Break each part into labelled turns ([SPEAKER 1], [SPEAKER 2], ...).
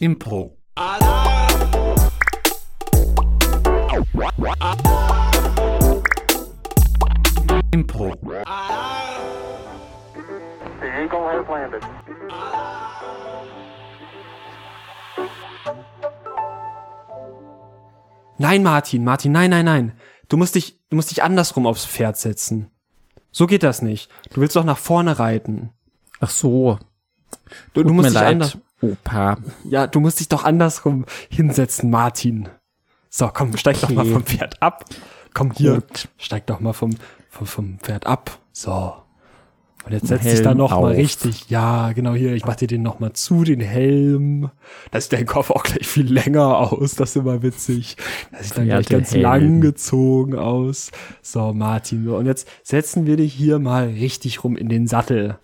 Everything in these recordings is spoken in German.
[SPEAKER 1] Impro. Impro.
[SPEAKER 2] The Eagle has landed.
[SPEAKER 3] Nein, Martin, Martin, nein, nein, nein. Du musst dich, du musst dich andersrum aufs Pferd setzen. So geht das nicht. Du willst doch nach vorne reiten.
[SPEAKER 4] Ach so.
[SPEAKER 3] Du, du
[SPEAKER 4] Tut
[SPEAKER 3] musst
[SPEAKER 4] mir
[SPEAKER 3] dich
[SPEAKER 4] leid,
[SPEAKER 3] anders,
[SPEAKER 4] Opa.
[SPEAKER 3] ja, du musst dich doch andersrum hinsetzen, Martin. So, komm, steig doch
[SPEAKER 4] Okay.
[SPEAKER 3] mal vom Pferd ab. Komm hier,
[SPEAKER 4] Gut.
[SPEAKER 3] steig doch mal vom, vom, vom Pferd ab. So. Und jetzt
[SPEAKER 4] Den
[SPEAKER 3] setz dich da
[SPEAKER 4] Helm
[SPEAKER 3] noch mal
[SPEAKER 4] auf.
[SPEAKER 3] richtig. Ja, genau hier. Ich mach dir den noch mal zu, den Helm. Da sieht dein Kopf auch gleich viel länger aus. Das ist immer witzig. Das sieht dann gleich
[SPEAKER 4] Pferdehelm.
[SPEAKER 3] ganz lang gezogen aus. So, Martin. Und jetzt setzen wir dich hier mal richtig rum in den Sattel.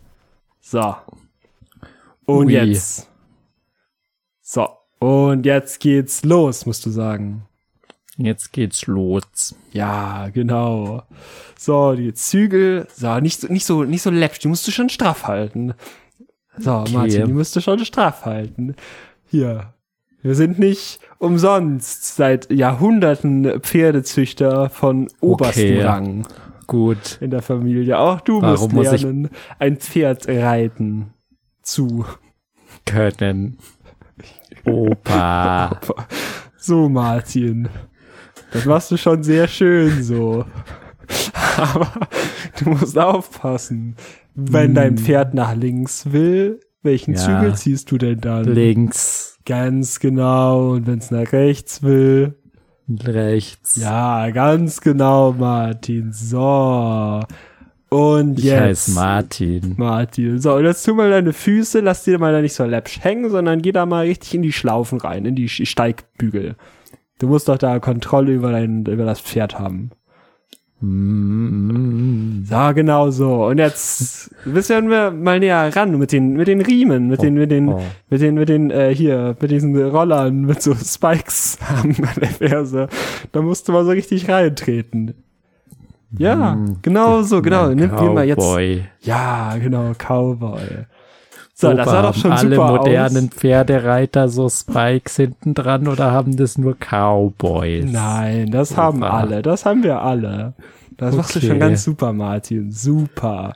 [SPEAKER 3] So. Und
[SPEAKER 4] Ui.
[SPEAKER 3] jetzt. So. Und jetzt geht's los, musst du sagen.
[SPEAKER 4] Jetzt geht's los.
[SPEAKER 3] Ja, genau. So, die Zügel, so, nicht so, nicht so, nicht so läppisch, die musst du schon straff halten. So, Martin, die musst du schon straff halten. Hier. Wir sind nicht umsonst seit Jahrhunderten Pferdezüchter von oberstem
[SPEAKER 4] Okay.
[SPEAKER 3] Rang
[SPEAKER 4] Gut.
[SPEAKER 3] in der Familie. Auch du musst
[SPEAKER 4] Warum muss ich-
[SPEAKER 3] lernen, ein Pferd reiten zu.
[SPEAKER 4] Können. Opa.
[SPEAKER 3] So, Martin. Das machst du schon sehr schön so. Aber du musst aufpassen. Wenn dein Pferd nach links will, welchen
[SPEAKER 4] Hm. Ja.
[SPEAKER 3] Zügel ziehst du denn dann?
[SPEAKER 4] Links.
[SPEAKER 3] Ganz genau. Und wenn es nach rechts will?
[SPEAKER 4] Rechts.
[SPEAKER 3] Ja, ganz genau, Martin. So. Und
[SPEAKER 4] ich
[SPEAKER 3] jetzt.
[SPEAKER 4] heiße Martin.
[SPEAKER 3] Martin. So, und jetzt tu mal deine Füße, lass die mal da nicht so läppsch hängen, sondern geh da mal richtig in die Schlaufen rein, in die Sch- Steigbügel. Du musst doch da Kontrolle über dein, über das Pferd haben.
[SPEAKER 4] Mm,
[SPEAKER 3] So, genau so. Und jetzt müssen wir mal näher ran mit den, mit den Riemen, mit den, mit den,
[SPEAKER 4] oh.
[SPEAKER 3] mit den, mit den, äh, hier, mit diesen Rollern, mit so Spikes an der Ferse. Da musst du mal so richtig reintreten. Ja,
[SPEAKER 4] Mm,
[SPEAKER 3] genau so, genau. Nimm dir mal jetzt,
[SPEAKER 4] Cowboy.
[SPEAKER 3] ja, genau, Cowboy. So,
[SPEAKER 4] Opa,
[SPEAKER 3] das sah doch schon
[SPEAKER 4] haben alle
[SPEAKER 3] super
[SPEAKER 4] modernen
[SPEAKER 3] aus.
[SPEAKER 4] Pferdereiter so Spikes hinten dran oder haben das nur Cowboys?
[SPEAKER 3] Nein, das haben
[SPEAKER 4] Opa.
[SPEAKER 3] alle, das haben wir alle. Das machst du
[SPEAKER 4] Okay.
[SPEAKER 3] schon ganz super, Martin. Super.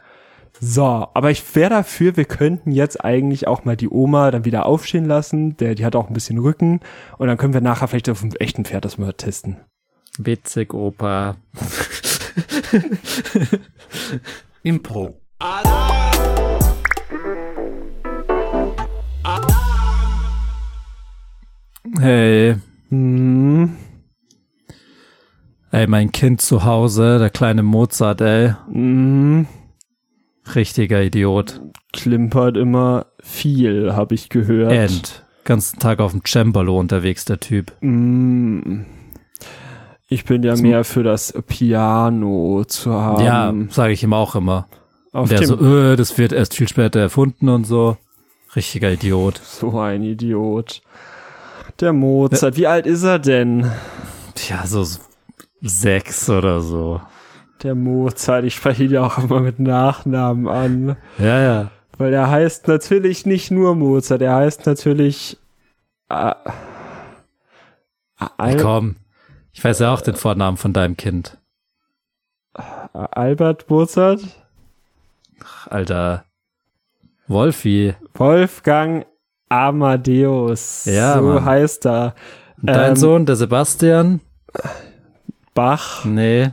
[SPEAKER 3] So, aber ich wäre dafür, wir könnten jetzt eigentlich auch mal die Oma dann wieder aufstehen lassen. Der, die hat auch ein bisschen Rücken. Und dann können wir nachher vielleicht auf einem echten Pferd das mal testen.
[SPEAKER 4] Witzig, Opa.
[SPEAKER 1] Impro.
[SPEAKER 4] Hey,
[SPEAKER 3] Hm,
[SPEAKER 4] ey, mein Kind zu Hause, der kleine Mozart, ey.
[SPEAKER 3] hm,
[SPEAKER 4] Richtiger Idiot.
[SPEAKER 3] klimpert immer viel, habe ich gehört.
[SPEAKER 4] End. Ganzen Tag auf dem Cembalo unterwegs, der Typ.
[SPEAKER 3] Mm. Ich bin ja mehr für das Piano zu
[SPEAKER 4] ja,
[SPEAKER 3] haben.
[SPEAKER 4] sage ich ihm auch immer.
[SPEAKER 3] auf
[SPEAKER 4] Und der
[SPEAKER 3] dem,
[SPEAKER 4] so,
[SPEAKER 3] so,
[SPEAKER 4] äh, das wird erst viel später erfunden und so. Richtiger Idiot.
[SPEAKER 3] ein Idiot. Der Mozart, wie alt ist er denn?
[SPEAKER 4] Ja, so s- sechs oder so.
[SPEAKER 3] Der Mozart, ich spreche ihn ja auch immer mit Nachnamen an.
[SPEAKER 4] Ja, ja.
[SPEAKER 3] Weil er heißt natürlich nicht nur Mozart, er heißt natürlich. Äh, Al
[SPEAKER 4] Komm. Ich weiß ja auch den Vornamen von deinem Kind.
[SPEAKER 3] Albert Mozart?
[SPEAKER 4] Alter. Wolfi.
[SPEAKER 3] Wolfgang Amadeus.
[SPEAKER 4] Ja,
[SPEAKER 3] so
[SPEAKER 4] Mann.
[SPEAKER 3] heißt er.
[SPEAKER 4] Und Dein
[SPEAKER 3] Ähm,
[SPEAKER 4] Sohn, der Sebastian?
[SPEAKER 3] Bach.
[SPEAKER 4] Nee.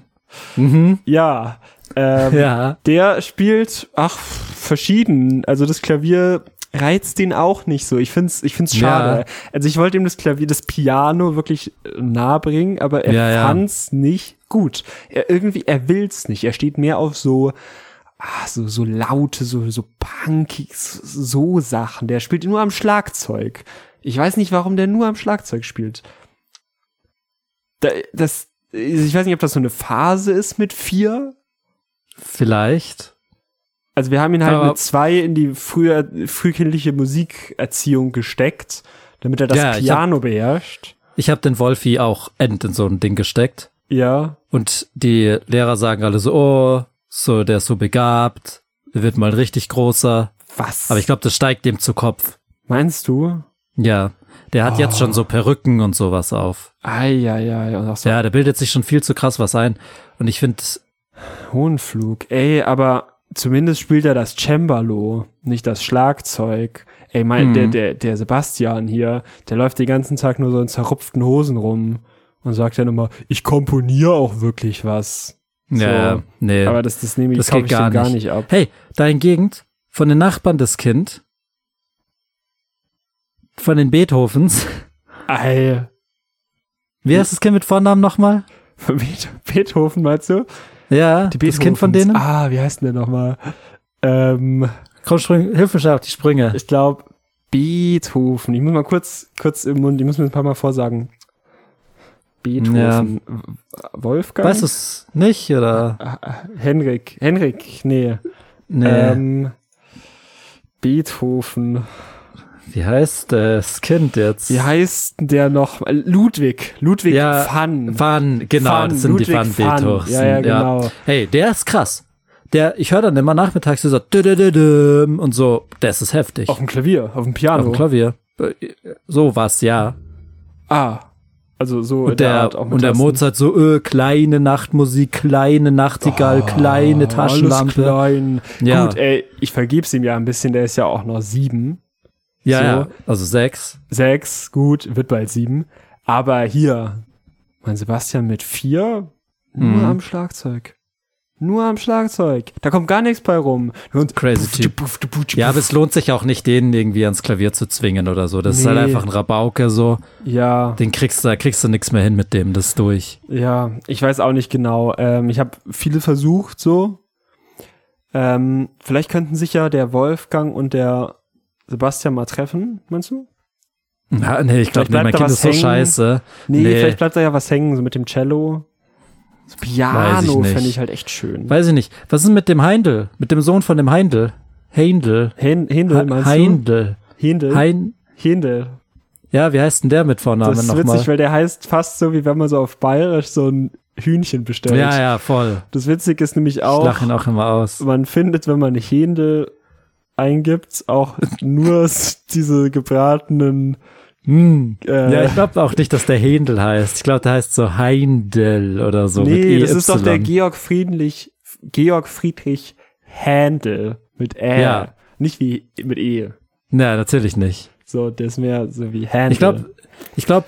[SPEAKER 4] Mhm.
[SPEAKER 3] Ja, ähm,
[SPEAKER 4] Ja.
[SPEAKER 3] der spielt, ach, verschieden. Also das Klavier reizt den auch nicht so. Ich find's, ich find's schade. Also ich wollte ihm das Klavier, das Piano wirklich äh, nahe bringen, aber er
[SPEAKER 4] Ja, ja.
[SPEAKER 3] fand's nicht gut. Er irgendwie, er will's nicht. Er steht mehr auf so, ah, so, so laute, so, so punkig, so Sachen. Der spielt nur am Schlagzeug. Ich weiß nicht, warum der nur am Schlagzeug spielt. Da, das, ich weiß nicht, ob das so eine Phase ist mit vier,
[SPEAKER 4] Vielleicht.
[SPEAKER 3] also wir haben ihn halt
[SPEAKER 4] Aber-
[SPEAKER 3] mit zwei in die früher, frühkindliche Musikerziehung gesteckt, damit er das
[SPEAKER 4] Ja, ich hab-
[SPEAKER 3] Piano beherrscht.
[SPEAKER 4] Ich habe den Wolfi auch end in so ein Ding gesteckt.
[SPEAKER 3] Ja.
[SPEAKER 4] Und die Lehrer sagen alle so, oh, so, der ist so begabt, der wird mal ein richtig großer.
[SPEAKER 3] Was?
[SPEAKER 4] Aber ich glaube, das steigt dem zu Kopf.
[SPEAKER 3] Meinst du?
[SPEAKER 4] Ja, der hat jetzt schon so Perücken und sowas auf.
[SPEAKER 3] Eieiei, und auch Oh. so
[SPEAKER 4] Ja, der bildet sich schon viel zu krass was ein. Und ich finde,
[SPEAKER 3] Hohenflug. Ey, aber zumindest spielt er das Cembalo, nicht das Schlagzeug. Ey, mein,
[SPEAKER 4] Mhm.
[SPEAKER 3] der, der, der Sebastian hier, der läuft den ganzen Tag nur so in zerrupften Hosen rum und sagt dann immer, ich komponiere auch wirklich was. So.
[SPEAKER 4] ja, nee.
[SPEAKER 3] Aber das, das nehme ich,
[SPEAKER 4] Das
[SPEAKER 3] kauf
[SPEAKER 4] geht
[SPEAKER 3] ich dem
[SPEAKER 4] gar
[SPEAKER 3] gar
[SPEAKER 4] nicht.
[SPEAKER 3] nicht ab.
[SPEAKER 4] Hey, dahingegen, von den Nachbarn des Kind, von den Beethovens,
[SPEAKER 3] Ey,
[SPEAKER 4] wie heißt das Kind mit Vornamen nochmal?
[SPEAKER 3] von Beetho- Beethoven, meinst du?
[SPEAKER 4] Ja, das Kind von denen?
[SPEAKER 3] Ah, wie heißt denn der nochmal? Ähm,
[SPEAKER 4] Komm, spring, hilf mir schnell auf die Sprünge.
[SPEAKER 3] ich glaube, Beethoven. Ich muss mal kurz, kurz im Mund, ich muss mir ein paar Mal vorsagen. Beethoven. Wolfgang?
[SPEAKER 4] Weißt du es nicht, oder?
[SPEAKER 3] Ah. Henrik, Henrik, nee.
[SPEAKER 4] Nee.
[SPEAKER 3] Ähm, Beethoven.
[SPEAKER 4] wie heißt das Kind jetzt?
[SPEAKER 3] Wie heißt denn der noch? Ludwig. Ludwig
[SPEAKER 4] Ja,
[SPEAKER 3] Van.
[SPEAKER 4] Van, genau,
[SPEAKER 3] Van,
[SPEAKER 4] das sind die
[SPEAKER 3] Ludwig
[SPEAKER 4] Van
[SPEAKER 3] Van.
[SPEAKER 4] Beethovens.
[SPEAKER 3] Ja, ja, genau.
[SPEAKER 4] Hey, der ist krass. Der, ich höre dann immer nachmittags so dü-dü-dü-düm und so, das ist heftig.
[SPEAKER 3] Auf dem Klavier, auf dem Piano.
[SPEAKER 4] Auf dem Klavier. Äh, So was, ja.
[SPEAKER 3] ah. Also so in
[SPEAKER 4] Und der,
[SPEAKER 3] Art, auch mit
[SPEAKER 4] und der
[SPEAKER 3] Tasten.
[SPEAKER 4] Mozart so, äh, kleine Nachtmusik, kleine Nachtigall, kleine
[SPEAKER 3] Ah, Alles
[SPEAKER 4] Taschenlampe.
[SPEAKER 3] klein.
[SPEAKER 4] Ja.
[SPEAKER 3] Gut, ey, ich vergeb's ihm ja ein bisschen, der ist ja auch noch sieben.
[SPEAKER 4] ja,
[SPEAKER 3] so.
[SPEAKER 4] ja, also sechs.
[SPEAKER 3] Sechs, gut, wird bald sieben. Aber hier, mein Sebastian mit vier, nur
[SPEAKER 4] Mhm.
[SPEAKER 3] am Schlagzeug. Nur am Schlagzeug. Da kommt gar nichts bei rum. Und
[SPEAKER 4] Crazy Typ. Ja, aber es lohnt sich auch nicht, den irgendwie ans Klavier zu zwingen oder so. Das ist halt
[SPEAKER 3] Nee.
[SPEAKER 4] einfach ein Rabauke so.
[SPEAKER 3] ja,
[SPEAKER 4] Den kriegst du, da kriegst du nichts mehr hin mit dem, das ist durch.
[SPEAKER 3] ja, ich weiß auch nicht genau. Ähm, ich habe viele versucht so. Ähm, vielleicht könnten sich ja der Wolfgang und der Sebastian mal treffen, meinst du?
[SPEAKER 4] Ja, nee, ich
[SPEAKER 3] Vielleicht
[SPEAKER 4] glaube, nee,
[SPEAKER 3] bleibt
[SPEAKER 4] mein
[SPEAKER 3] da
[SPEAKER 4] Kind
[SPEAKER 3] was
[SPEAKER 4] ist so
[SPEAKER 3] hängen.
[SPEAKER 4] scheiße.
[SPEAKER 3] Nee,
[SPEAKER 4] Nee.
[SPEAKER 3] vielleicht bleibt da ja was hängen, so mit dem Cello. So
[SPEAKER 4] Weiß ich
[SPEAKER 3] Piano
[SPEAKER 4] nicht.
[SPEAKER 3] fände ich halt echt schön.
[SPEAKER 4] Weiß ich nicht. Was ist denn mit dem Heindel? Mit dem Sohn von dem Heindel? Heindel.
[SPEAKER 3] Hen- Händel, meinst du?
[SPEAKER 4] Heindel.
[SPEAKER 3] Händel.
[SPEAKER 4] Hein.
[SPEAKER 3] Händel.
[SPEAKER 4] Ja, wie heißt denn der mit Vornamen
[SPEAKER 3] Das ist witzig,
[SPEAKER 4] nochmal?
[SPEAKER 3] weil der heißt fast so, wie wenn man so auf Bayerisch so ein Hühnchen bestellt.
[SPEAKER 4] Ja, ja, voll.
[SPEAKER 3] Das Witzige ist nämlich
[SPEAKER 4] Ich
[SPEAKER 3] auch,
[SPEAKER 4] lache ihn auch immer aus.
[SPEAKER 3] man findet, wenn man Händel eingibt, auch nur s- diese gebratenen
[SPEAKER 4] Hm.
[SPEAKER 3] äh,
[SPEAKER 4] Ja, ich glaube auch nicht, dass der Händel heißt. Ich glaube, der heißt so Heindel oder so. mit
[SPEAKER 3] Nee,
[SPEAKER 4] EY.
[SPEAKER 3] das ist doch der Georg Friedrich, Georg Friedrich Händel mit Ä.
[SPEAKER 4] Ja.
[SPEAKER 3] Nicht wie mit E.
[SPEAKER 4] Na, natürlich nicht.
[SPEAKER 3] So, der ist mehr so wie Händel.
[SPEAKER 4] Ich glaube, ich glaub,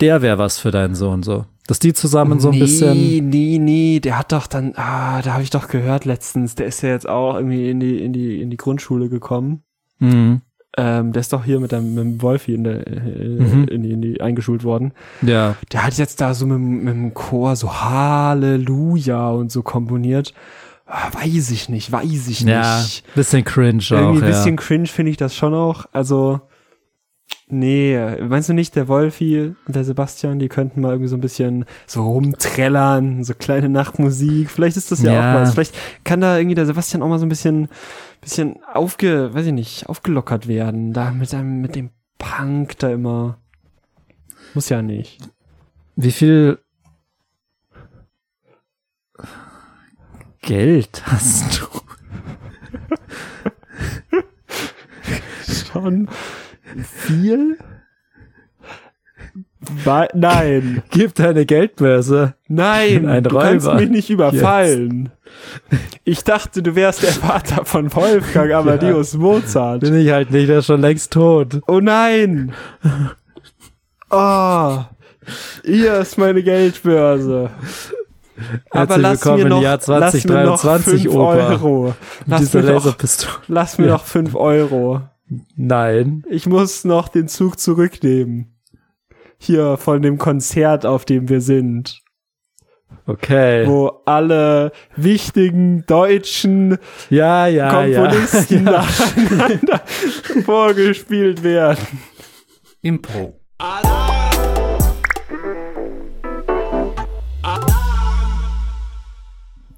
[SPEAKER 4] der wäre was für deinen Sohn so. Dass die zusammen so ein bisschen.
[SPEAKER 3] Nee, nee, nee, der hat doch dann, ah, da habe ich doch gehört letztens, der ist ja jetzt auch irgendwie in die, in die, in die Grundschule gekommen.
[SPEAKER 4] Mhm.
[SPEAKER 3] Ähm, der ist doch hier mit dem, mit dem Wolfi in, der, äh,
[SPEAKER 4] Mhm.
[SPEAKER 3] in, die, in die eingeschult worden.
[SPEAKER 4] Ja.
[SPEAKER 3] Der hat jetzt da so mit, dem- mit dem Chor so Halleluja und so komponiert. Ah, weiß ich nicht, weiß ich
[SPEAKER 4] Ja,
[SPEAKER 3] nicht.
[SPEAKER 4] bisschen cringe
[SPEAKER 3] Irgendwie
[SPEAKER 4] auch.
[SPEAKER 3] ein bisschen
[SPEAKER 4] ja.
[SPEAKER 3] cringe finde ich das schon auch. Also, nee, meinst du nicht, der Wolfi und der Sebastian, die könnten mal irgendwie so ein bisschen so rumträllern, so kleine Nachtmusik. Vielleicht ist das ja,
[SPEAKER 4] Ja.
[SPEAKER 3] auch was. Vielleicht kann da irgendwie der Sebastian auch mal so ein bisschen, bisschen aufge, weiß ich nicht, aufgelockert werden. Da mit einem, mit dem Punk da immer. Muss ja nicht.
[SPEAKER 4] Wie viel Geld hast du?
[SPEAKER 3] Schon viel? Ba- Nein.
[SPEAKER 4] Gib deine Geldbörse.
[SPEAKER 3] Nein,
[SPEAKER 4] Ein
[SPEAKER 3] du
[SPEAKER 4] Räuber.
[SPEAKER 3] kannst mich nicht überfallen. Ich dachte, du wärst der Vater von Wolfgang Amadeus Mozart.
[SPEAKER 4] Bin ich halt nicht, der ist schon längst tot.
[SPEAKER 3] Oh nein! Oh, hier ist meine Geldbörse. Aber
[SPEAKER 4] Herzlich
[SPEAKER 3] lass
[SPEAKER 4] willkommen
[SPEAKER 3] mir
[SPEAKER 4] im
[SPEAKER 3] noch,
[SPEAKER 4] Jahr
[SPEAKER 3] lass
[SPEAKER 4] 2023,
[SPEAKER 3] mir noch 5
[SPEAKER 4] Opa.
[SPEAKER 3] Euro. Lass
[SPEAKER 4] Diese
[SPEAKER 3] mir, noch,
[SPEAKER 4] Laserpistole.
[SPEAKER 3] lass mir
[SPEAKER 4] Ja.
[SPEAKER 3] noch 5 Euro.
[SPEAKER 4] Nein.
[SPEAKER 3] Ich muss noch den Zug zurücknehmen. Hier von dem Konzert, auf dem wir sind.
[SPEAKER 4] Okay.
[SPEAKER 3] wo alle wichtigen deutschen
[SPEAKER 4] Ja, ja,
[SPEAKER 3] Ah,
[SPEAKER 4] ja.
[SPEAKER 3] Komponisten nacheinander vorgespielt werden.
[SPEAKER 1] Impro.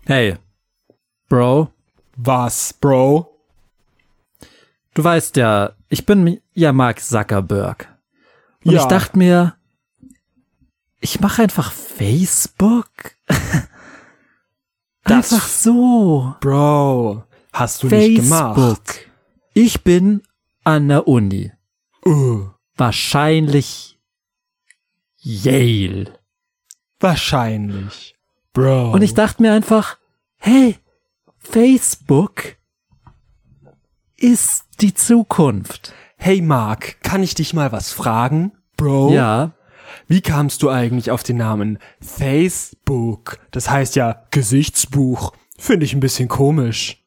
[SPEAKER 4] Hey, Bro,
[SPEAKER 3] Was, Bro?
[SPEAKER 4] du weißt ja, ich bin ja Mark Zuckerberg. Und
[SPEAKER 3] Ja.
[SPEAKER 4] ich dachte mir, ich mache einfach Facebook.
[SPEAKER 3] Das-
[SPEAKER 4] einfach so.
[SPEAKER 3] Bro, hast du
[SPEAKER 4] Ich bin an der Uni.
[SPEAKER 3] Uh,
[SPEAKER 4] Wahrscheinlich Yale.
[SPEAKER 3] Wahrscheinlich. Bro.
[SPEAKER 4] Und ich dachte mir einfach, hey, Facebook ist die Zukunft.
[SPEAKER 3] hey Mark, kann ich dich mal was fragen? Bro.
[SPEAKER 4] Ja.
[SPEAKER 3] Wie kamst du eigentlich auf den Namen Facebook? Das heißt ja Gesichtsbuch. Finde ich ein bisschen komisch.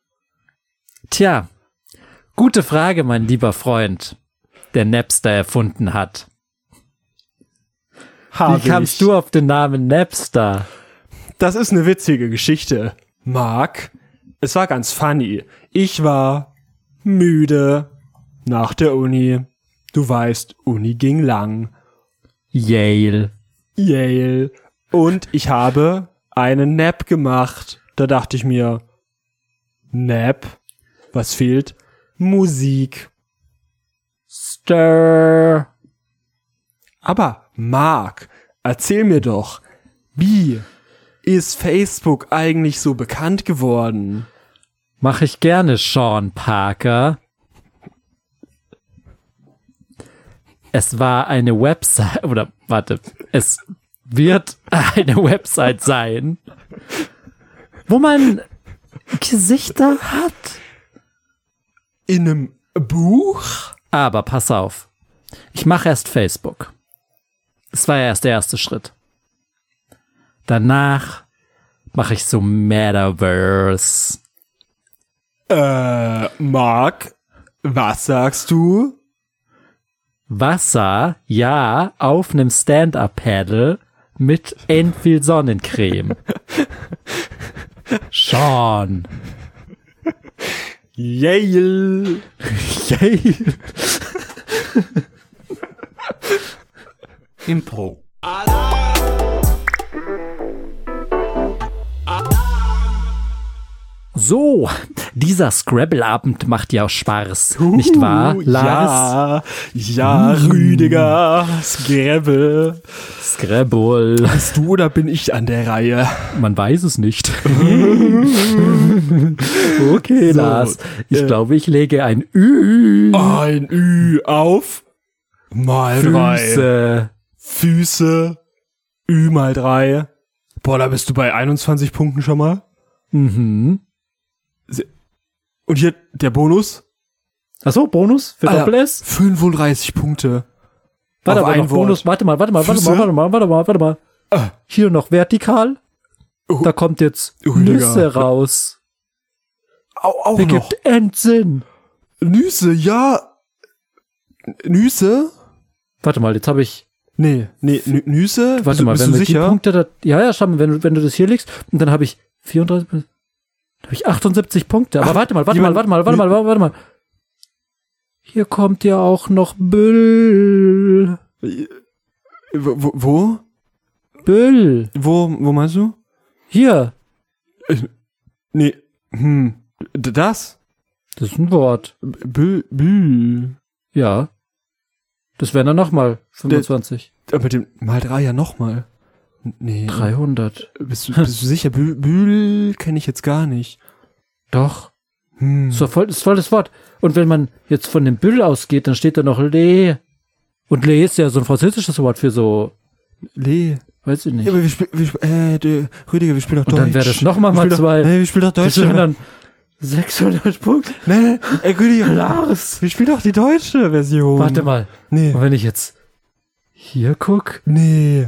[SPEAKER 4] Tja, gute Frage, mein lieber Freund, der Napster erfunden hat. Wie
[SPEAKER 3] Hab
[SPEAKER 4] kamst
[SPEAKER 3] Ah, ich.
[SPEAKER 4] du auf den Namen Napster?
[SPEAKER 3] Das ist eine witzige Geschichte. Mark, es war ganz funny. Ich war müde nach der Uni. Du weißt, Uni ging lang.
[SPEAKER 4] Yale.
[SPEAKER 3] Yale. Und ich habe einen Nap gemacht. Da dachte ich mir, Nap? Was fehlt? Musik.
[SPEAKER 4] Stir.
[SPEAKER 3] Aber Mark, erzähl mir doch, wie ist Facebook eigentlich so bekannt geworden?
[SPEAKER 4] Mache ich gerne, Sean Parker. Es war eine Website, oder warte, es wird eine Website sein, wo man Gesichter hat.
[SPEAKER 3] In einem Buch?
[SPEAKER 4] Aber pass auf. Ich mache erst Facebook. Das war ja erst der erste Schritt. Danach mache ich so Metaverse.
[SPEAKER 3] Äh, Mark, was sagst du?
[SPEAKER 4] Wasser, ja, auf einem Stand-Up-Paddle mit Enfield Sonnencreme. Sean.
[SPEAKER 3] Yale.
[SPEAKER 4] Yay.
[SPEAKER 1] Impro.
[SPEAKER 4] So, dieser Scrabble-Abend macht ja auch Spaß, nicht wahr,
[SPEAKER 3] Uh,
[SPEAKER 4] Lars?
[SPEAKER 3] Ja, ja, Rüdiger, Scrabble.
[SPEAKER 4] Scrabble.
[SPEAKER 3] Bist du oder bin ich an der Reihe?
[SPEAKER 4] Man weiß es nicht. okay, Lars.
[SPEAKER 3] äh,
[SPEAKER 4] Ich glaube, ich lege ein Ü.
[SPEAKER 3] Ein Ü auf mal drei.
[SPEAKER 4] Füße.
[SPEAKER 3] Füße, Ü mal drei. Boah, da bist du bei 21 Punkten schon mal.
[SPEAKER 4] Mhm.
[SPEAKER 3] Und hier der Bonus?
[SPEAKER 4] Achso, Bonus für
[SPEAKER 3] Alter,
[SPEAKER 4] Doppel S.
[SPEAKER 3] 35 Punkte.
[SPEAKER 4] Warte
[SPEAKER 3] Ah, auf
[SPEAKER 4] mal,
[SPEAKER 3] ein
[SPEAKER 4] noch Bonus. Warte mal, warte mal, warte
[SPEAKER 3] Füße?
[SPEAKER 4] mal, warte mal, warte mal, warte mal.
[SPEAKER 3] Ah.
[SPEAKER 4] Hier noch vertikal.
[SPEAKER 3] Oh.
[SPEAKER 4] Da kommt jetzt
[SPEAKER 3] Oh, Digga.
[SPEAKER 4] Nüsse raus.
[SPEAKER 3] Au, auch Oh, noch.
[SPEAKER 4] Ergibt Endsinn.
[SPEAKER 3] Nüsse, ja. Nüsse?
[SPEAKER 4] Warte mal, jetzt habe ich.
[SPEAKER 3] Nee, nee, Nü Nüsse?
[SPEAKER 4] Warte
[SPEAKER 3] bist,
[SPEAKER 4] mal,
[SPEAKER 3] bist
[SPEAKER 4] wenn
[SPEAKER 3] du
[SPEAKER 4] wir die
[SPEAKER 3] sicher?
[SPEAKER 4] Punkte da. Ja, ja, schau mal, wenn, du- wenn du das hier legst. Und dann habe ich 34. Dann habe ich 78 Punkte. Aber
[SPEAKER 3] Ach,
[SPEAKER 4] warte mal, warte mal,
[SPEAKER 3] jemand-
[SPEAKER 4] warte mal, warte mal, warte mal. Hier kommt ja auch noch Büll.
[SPEAKER 3] Äh, Wo, wo- wo?
[SPEAKER 4] Büll.
[SPEAKER 3] Wo, wo meinst du?
[SPEAKER 4] Hier.
[SPEAKER 3] Nee, hm, d- das?
[SPEAKER 4] Das ist ein Wort.
[SPEAKER 3] Bül, Bül.
[SPEAKER 4] Ja. Das wären dann nochmal 25.
[SPEAKER 3] Aber äh, mit dem mal drei ja nochmal. Nee.
[SPEAKER 4] 300.
[SPEAKER 3] Bist du, bist du sicher? Bül, Bül kenne ich jetzt gar nicht.
[SPEAKER 4] Doch.
[SPEAKER 3] Hm.
[SPEAKER 4] So voll, ist volles Wort. Und wenn man jetzt von dem Büll ausgeht, dann steht da noch Le. Und Le ist ja so ein französisches Wort für so,
[SPEAKER 3] Le.
[SPEAKER 4] weiß ich nicht.
[SPEAKER 3] Ja, aber wir spielen, wir sp äh, der- Rüdiger, wir spielen doch
[SPEAKER 4] Und
[SPEAKER 3] Deutsch.
[SPEAKER 4] dann wäre das noch mal
[SPEAKER 3] Wir
[SPEAKER 4] mal
[SPEAKER 3] spielen doch-
[SPEAKER 4] zwei.
[SPEAKER 3] Nee, wir spielen doch
[SPEAKER 4] das
[SPEAKER 3] Deutsch.
[SPEAKER 4] sind dann 600 Punkte.
[SPEAKER 3] Nee, nee, ey, Rüdiger, Lars. Wir spielen doch die deutsche Version.
[SPEAKER 4] Warte mal.
[SPEAKER 3] Nee,
[SPEAKER 4] Und wenn ich jetzt hier guck,
[SPEAKER 3] nee.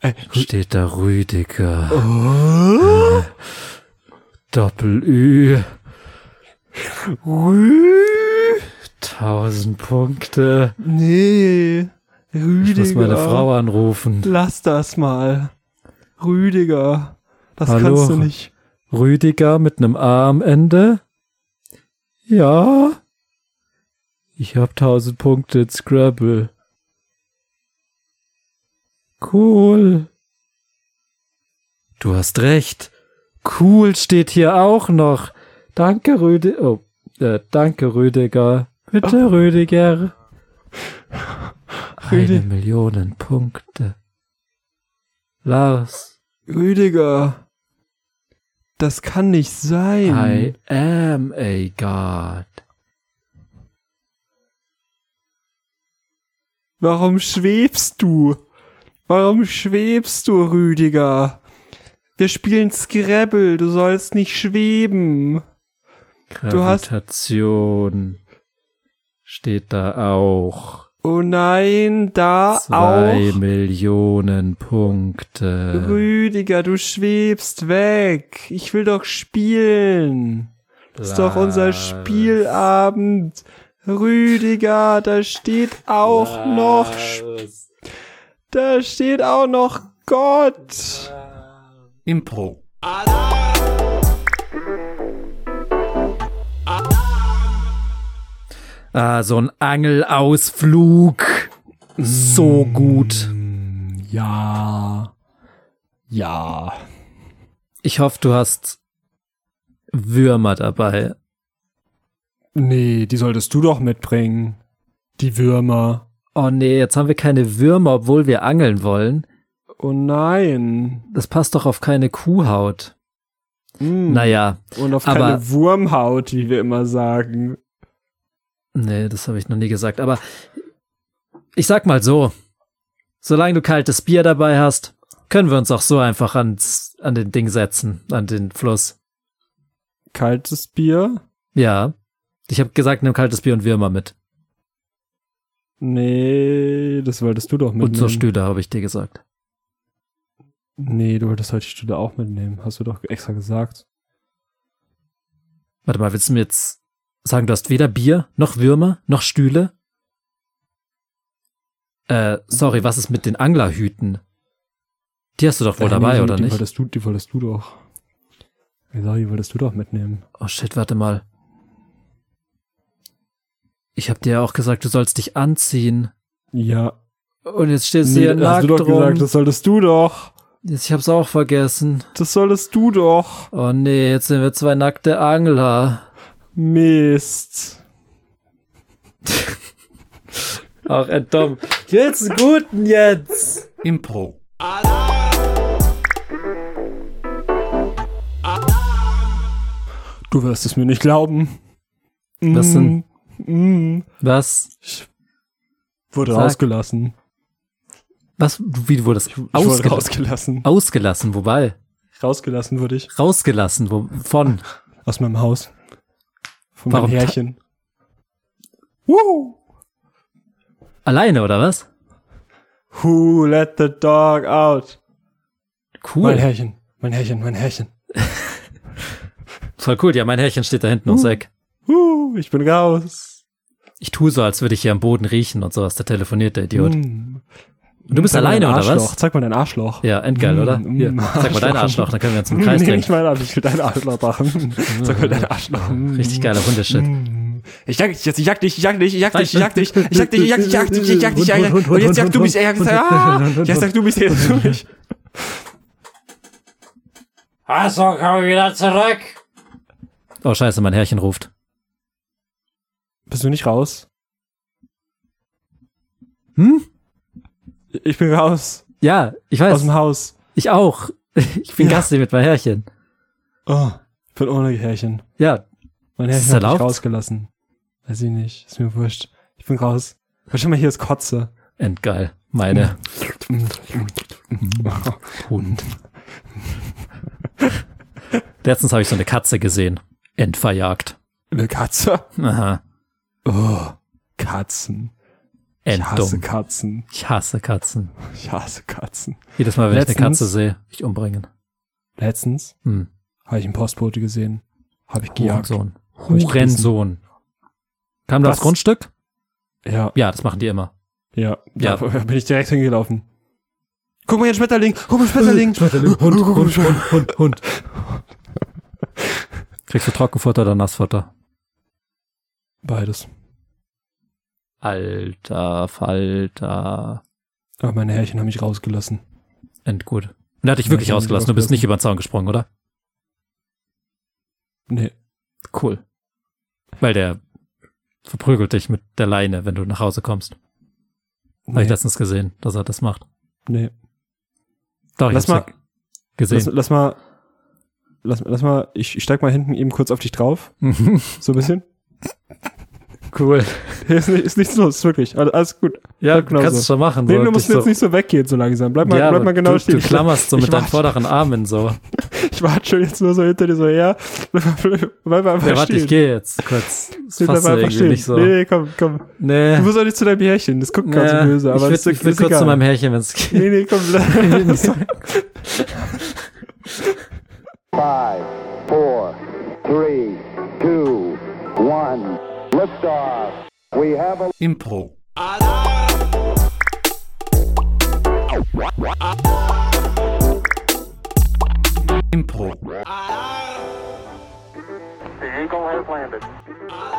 [SPEAKER 3] Ey, Rü-
[SPEAKER 4] steht da Rüdiger.
[SPEAKER 3] oh?
[SPEAKER 4] Doppel Ü.
[SPEAKER 3] Rü
[SPEAKER 4] 1000 Punkte.
[SPEAKER 3] nee. Rüdiger.
[SPEAKER 4] Ich muss meine Frau anrufen.
[SPEAKER 3] Lass das mal. Rüdiger. Das
[SPEAKER 4] Hallo.
[SPEAKER 3] kannst du nicht.
[SPEAKER 4] Rüdiger mit einem A am Ende. Ja. Ich hab 1000 Punkte in Scrabble. Cool. Du hast recht. Cool steht hier auch noch. Danke, Rüdiger. Oh, äh, danke, Rüdiger. Bitte, Rüdiger. Eine
[SPEAKER 3] Rüdi-
[SPEAKER 4] Million Punkte. Lars,
[SPEAKER 3] Rüdiger. Das kann nicht sein.
[SPEAKER 4] I am a god.
[SPEAKER 3] Warum schwebst du? Warum schwebst du, Rüdiger? Wir spielen Scrabble, du sollst nicht schweben. Du hast-
[SPEAKER 4] Gravitation steht da auch.
[SPEAKER 3] Oh nein, da
[SPEAKER 4] Zwei
[SPEAKER 3] Ah, auch.
[SPEAKER 4] Millionen Punkte.
[SPEAKER 3] Rüdiger, du schwebst weg. Ich will doch spielen. Das ist doch unser
[SPEAKER 4] Lars.
[SPEAKER 3] Spielabend. Rüdiger, da steht auch noch, Sp- da steht auch noch Gott.
[SPEAKER 1] Impro.
[SPEAKER 4] Ah, so ein Angelausflug. So
[SPEAKER 3] Mm.
[SPEAKER 4] gut.
[SPEAKER 3] Ja. Ja.
[SPEAKER 4] Ich hoffe, du hast Würmer dabei.
[SPEAKER 3] Nee, die solltest du doch mitbringen. Die Würmer.
[SPEAKER 4] Oh nee, jetzt haben wir keine Würmer, obwohl wir angeln wollen.
[SPEAKER 3] Oh nein.
[SPEAKER 4] Das passt doch auf keine Kuhhaut.
[SPEAKER 3] Mm.
[SPEAKER 4] Naja,
[SPEAKER 3] Und auf
[SPEAKER 4] aber-
[SPEAKER 3] keine Wurmhaut, wie wir immer sagen.
[SPEAKER 4] nee, das habe ich noch nie gesagt. Aber ich sag mal so, solange du kaltes Bier dabei hast, können wir uns auch so einfach ans, an den Ding setzen, an den Fluss.
[SPEAKER 3] Kaltes Bier?
[SPEAKER 4] Ja. Ich habe gesagt, nimm kaltes Bier und Würmer mit.
[SPEAKER 3] Nee, das wolltest du doch mitnehmen.
[SPEAKER 4] Und so Stühle, habe ich dir gesagt.
[SPEAKER 3] Nee, du wolltest heute die Stühle auch mitnehmen. Hast du doch extra gesagt.
[SPEAKER 4] Warte mal, willst du mir jetzt sagen, du hast weder Bier, noch Würmer, noch Stühle? Äh, sorry, was ist mit den Anglerhüten? Die hast du doch wohl
[SPEAKER 3] Äh,
[SPEAKER 4] dabei,
[SPEAKER 3] nee, die,
[SPEAKER 4] oder
[SPEAKER 3] die
[SPEAKER 4] nicht?
[SPEAKER 3] Wolltest du, die wolltest du doch. Genau, die wolltest du doch mitnehmen.
[SPEAKER 4] Oh shit, warte mal. Ich hab dir ja auch gesagt, du sollst dich anziehen.
[SPEAKER 3] Ja.
[SPEAKER 4] Und jetzt stehst du hier
[SPEAKER 3] hast du
[SPEAKER 4] nackt
[SPEAKER 3] doch
[SPEAKER 4] rum.
[SPEAKER 3] gesagt, das solltest du doch.
[SPEAKER 4] Jetzt- ich hab's auch vergessen.
[SPEAKER 3] Das solltest du doch.
[SPEAKER 4] Oh nee, jetzt sind wir zwei nackte Angler.
[SPEAKER 3] Mist.
[SPEAKER 4] Ach, Ed, dumm. Jetzt einen guten jetzt.
[SPEAKER 1] Impro.
[SPEAKER 3] Du wirst es mir nicht glauben.
[SPEAKER 4] Was denn?
[SPEAKER 3] Mm, mm.
[SPEAKER 4] Was?
[SPEAKER 3] Wurde
[SPEAKER 4] Sag.
[SPEAKER 3] rausgelassen.
[SPEAKER 4] Was? Wie wurde das?
[SPEAKER 3] Ich wurde
[SPEAKER 4] Ausgela-
[SPEAKER 3] rausgelassen.
[SPEAKER 4] Ausgelassen, wobei.
[SPEAKER 3] Rausgelassen wurde ich.
[SPEAKER 4] Rausgelassen, wo, von.
[SPEAKER 3] Aus meinem Haus. Von
[SPEAKER 4] Warum
[SPEAKER 3] meinem
[SPEAKER 4] ta-
[SPEAKER 3] Herrchen. Woo!
[SPEAKER 4] Alleine, oder was?
[SPEAKER 3] Who let the dog out?
[SPEAKER 4] Cool.
[SPEAKER 3] Mein Herrchen, mein Herrchen, mein Herrchen.
[SPEAKER 4] Voll cool. Ja, mein Herrchen steht da hinten
[SPEAKER 3] Hm.
[SPEAKER 4] ums Eck.
[SPEAKER 3] Woo, ich bin raus.
[SPEAKER 4] Ich tue so, als würde ich hier am Boden riechen und sowas. Da telefoniert der Idiot.
[SPEAKER 3] Mm.
[SPEAKER 4] Und du bist
[SPEAKER 3] Zeig mal
[SPEAKER 4] alleine,
[SPEAKER 3] dein
[SPEAKER 4] oder
[SPEAKER 3] Arschloch.
[SPEAKER 4] was?
[SPEAKER 3] Zeig mal dein Arschloch.
[SPEAKER 4] Ja, endgeil,
[SPEAKER 3] Mm,
[SPEAKER 4] oder?
[SPEAKER 3] mm,
[SPEAKER 4] Hier, zeig mal
[SPEAKER 3] Arschloch.
[SPEAKER 4] deinen Arschloch, dann können wir uns im
[SPEAKER 3] Mm,
[SPEAKER 4] Kreis
[SPEAKER 3] nee,
[SPEAKER 4] drehen. Hm.
[SPEAKER 3] nicht mein Arschloch, ich will dein Arschloch machen. Zeig mal dein Arschloch. Mm.
[SPEAKER 4] Richtig geiler Hundeshit.
[SPEAKER 3] Mm. Ich jag dich jetzt, ich jag dich, ich jag dich, ich jag dich, ich jag dich,
[SPEAKER 4] Nein.
[SPEAKER 3] ich jag dich, ich jag dich, ich jag dich, ich jag dich, ich jag dich. Und jetzt jag du mich, ey, jetzt ah, jetzt jag du mich, jetzt jag du mich.
[SPEAKER 5] Also komm wieder zurück.
[SPEAKER 4] Oh, scheiße, mein Herrchen ruft.
[SPEAKER 3] Bist du nicht raus?
[SPEAKER 4] Hm?
[SPEAKER 3] Ich bin raus.
[SPEAKER 4] Ja, ich
[SPEAKER 3] Aus
[SPEAKER 4] weiß.
[SPEAKER 3] dem Haus.
[SPEAKER 4] Ich auch. Ich bin
[SPEAKER 3] Ja.
[SPEAKER 4] Gastli mit meinem Herrchen.
[SPEAKER 3] Oh, ich bin ohne Härchen.
[SPEAKER 4] Ja,
[SPEAKER 3] Mein Herrchen
[SPEAKER 4] Ist das
[SPEAKER 3] hat mich
[SPEAKER 4] erlaubt?
[SPEAKER 3] rausgelassen. Weiß ich nicht. Ist mir wurscht. Ich bin raus. Hör schon mal, hier ist Kotze.
[SPEAKER 4] endgeil. Meine Hund. Letztens habe ich so eine Katze gesehen. Endverjagt.
[SPEAKER 3] Eine Katze?
[SPEAKER 4] Aha.
[SPEAKER 3] Oh, Katzen. Ich hasse
[SPEAKER 4] Enddumm.
[SPEAKER 3] Katzen.
[SPEAKER 4] Ich hasse Katzen.
[SPEAKER 3] Ich hasse Katzen.
[SPEAKER 4] Jedes Mal, wenn ich eine
[SPEAKER 3] Letztens-
[SPEAKER 4] Katze sehe, ich umbringen.
[SPEAKER 3] Letztens
[SPEAKER 4] Hm.
[SPEAKER 3] habe ich einen Postbote gesehen. Habe ich gejagt.
[SPEAKER 4] Hurensohn.
[SPEAKER 3] Hab ich gebissen.
[SPEAKER 4] Hurensohn. Kam das
[SPEAKER 3] Was?
[SPEAKER 4] Grundstück?
[SPEAKER 3] Ja,
[SPEAKER 4] Ja, das machen die immer.
[SPEAKER 3] ja, ja.
[SPEAKER 4] Ja.
[SPEAKER 3] Da bin ich direkt hingelaufen. Guck mal hier, ein Schmetterling. Guck mal, ein Schmetterling. Schmetterling. Hund, Hund, Hund, Hund.
[SPEAKER 4] Hund. Kriegst du Trockenfutter oder Nassfutter?
[SPEAKER 3] Beides.
[SPEAKER 4] Alter, Falter.
[SPEAKER 3] Aber meine Härchen haben mich rausgelassen.
[SPEAKER 4] Endgut. Und er hat dich wirklich
[SPEAKER 3] Ja,
[SPEAKER 4] rausgelassen. Du bist
[SPEAKER 3] rausgelassen.
[SPEAKER 4] nicht über den Zaun gesprungen, oder?
[SPEAKER 3] Nee.
[SPEAKER 4] Cool. Weil der verprügelt dich mit der Leine, wenn du nach Hause kommst. Habe
[SPEAKER 3] nee.
[SPEAKER 4] ich letztens gesehen, dass er das macht.
[SPEAKER 3] nee.
[SPEAKER 4] Doch, ich
[SPEAKER 3] Lass
[SPEAKER 4] hab's
[SPEAKER 3] mal,
[SPEAKER 4] ja gesehen.
[SPEAKER 3] Lass, lass mal, lass, lass mal, ich, ich steig mal hinten eben kurz auf dich drauf, so ein bisschen.
[SPEAKER 5] Cool.
[SPEAKER 3] Ist, nicht- ist nichts los, wirklich. Alles- Alles gut.
[SPEAKER 4] Ja,
[SPEAKER 3] Bleib genau
[SPEAKER 4] kannst du
[SPEAKER 3] so.
[SPEAKER 4] schon machen.
[SPEAKER 3] Nee,
[SPEAKER 4] so.
[SPEAKER 3] du musst
[SPEAKER 4] Dich
[SPEAKER 3] jetzt nicht so weggehen so langsam. Bleib mal,
[SPEAKER 4] ja,
[SPEAKER 3] bleib
[SPEAKER 4] aber
[SPEAKER 3] mal genau
[SPEAKER 4] du,
[SPEAKER 3] stehen.
[SPEAKER 4] du klammerst so
[SPEAKER 3] Ich
[SPEAKER 4] mit deinen
[SPEAKER 3] warte.
[SPEAKER 4] vorderen Armen so.
[SPEAKER 3] Ich warte schon jetzt nur so hinter dir so her. Bleib mal einfach
[SPEAKER 4] Ja, warte,
[SPEAKER 3] stehen.
[SPEAKER 4] ich gehe jetzt kurz. Das
[SPEAKER 3] Nee, bleib
[SPEAKER 4] fasst du
[SPEAKER 3] mal einfach
[SPEAKER 4] irgendwie
[SPEAKER 3] stehen.
[SPEAKER 4] nicht so.
[SPEAKER 3] Nee, komm, komm.
[SPEAKER 4] Nee.
[SPEAKER 3] Du musst auch nicht zu deinem Härchen. Das guckt ganz
[SPEAKER 4] Ja,
[SPEAKER 3] böse, aber
[SPEAKER 4] ich
[SPEAKER 3] das
[SPEAKER 4] würd, ich würd
[SPEAKER 3] ist
[SPEAKER 4] kurz
[SPEAKER 3] egal.
[SPEAKER 4] zu meinem Härchen, wenn's geht.
[SPEAKER 3] Nee, nee, komm. bleib-
[SPEAKER 6] Five, four, three, two, one. Liftoff. We have a
[SPEAKER 1] Impro. Impro.
[SPEAKER 6] the Eagle has landed.